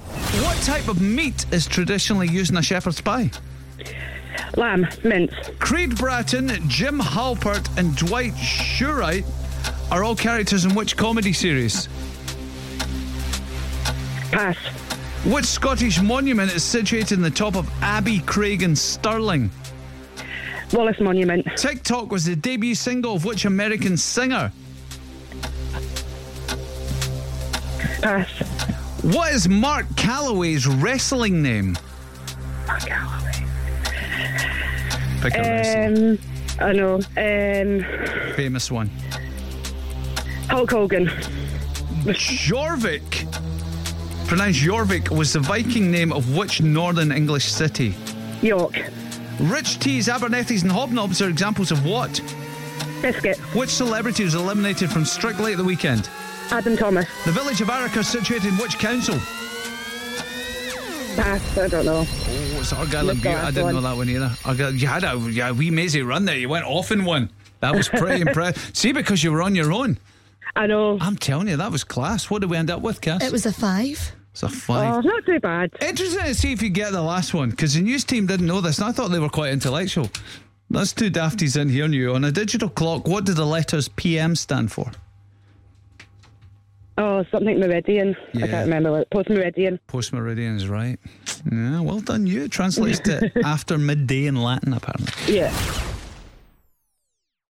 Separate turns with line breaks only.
What type of meat is traditionally used in a shepherd's pie?
Lamb, mince.
Creed Bratton, Jim Halpert, and Dwight Schrute are all characters in which comedy series?
Pass.
Which Scottish monument is situated in the top of Abbey Craig in Stirling?
Wallace Monument.
TikTok was the debut single of which American singer?
Pass.
What is Mark Calloway's wrestling name?
Mark Galloway.
Pick a wrestling,
Um, I know. Um,
famous one.
Hulk Hogan.
Jorvik, pronounced Jorvik, was the Viking name of which northern English city?
York.
Rich teas, Abernethys, and Hobnobs are examples of what?
Biscuit.
Which celebrity was eliminated from Strictly at the weekend?
Adam Thomas.
The village of Arica is situated in which council?
Pass. I don't know.
Oh, it's Argyll and
You've got
Bute. I didn't
one.
know that one either. Argyll, you had a, you had a wee mazy run there. You went off in one. That was pretty impressive. See, because you were on your own.
I know.
I'm telling you, that was class. What did we end up with, Cass?
It was a five.
it's a five.
Oh, not too bad.
Interesting to see if you get the last one because the news team didn't know this and I thought they were quite intellectual. That's two dafties in here you. On a digital clock, what do the letters PM stand for?
Oh, something Meridian.
Yeah.
I can't remember. what- Post Meridian.
Post meridian is right. Yeah, well done you. It translates to after midday in Latin, apparently.
Yeah.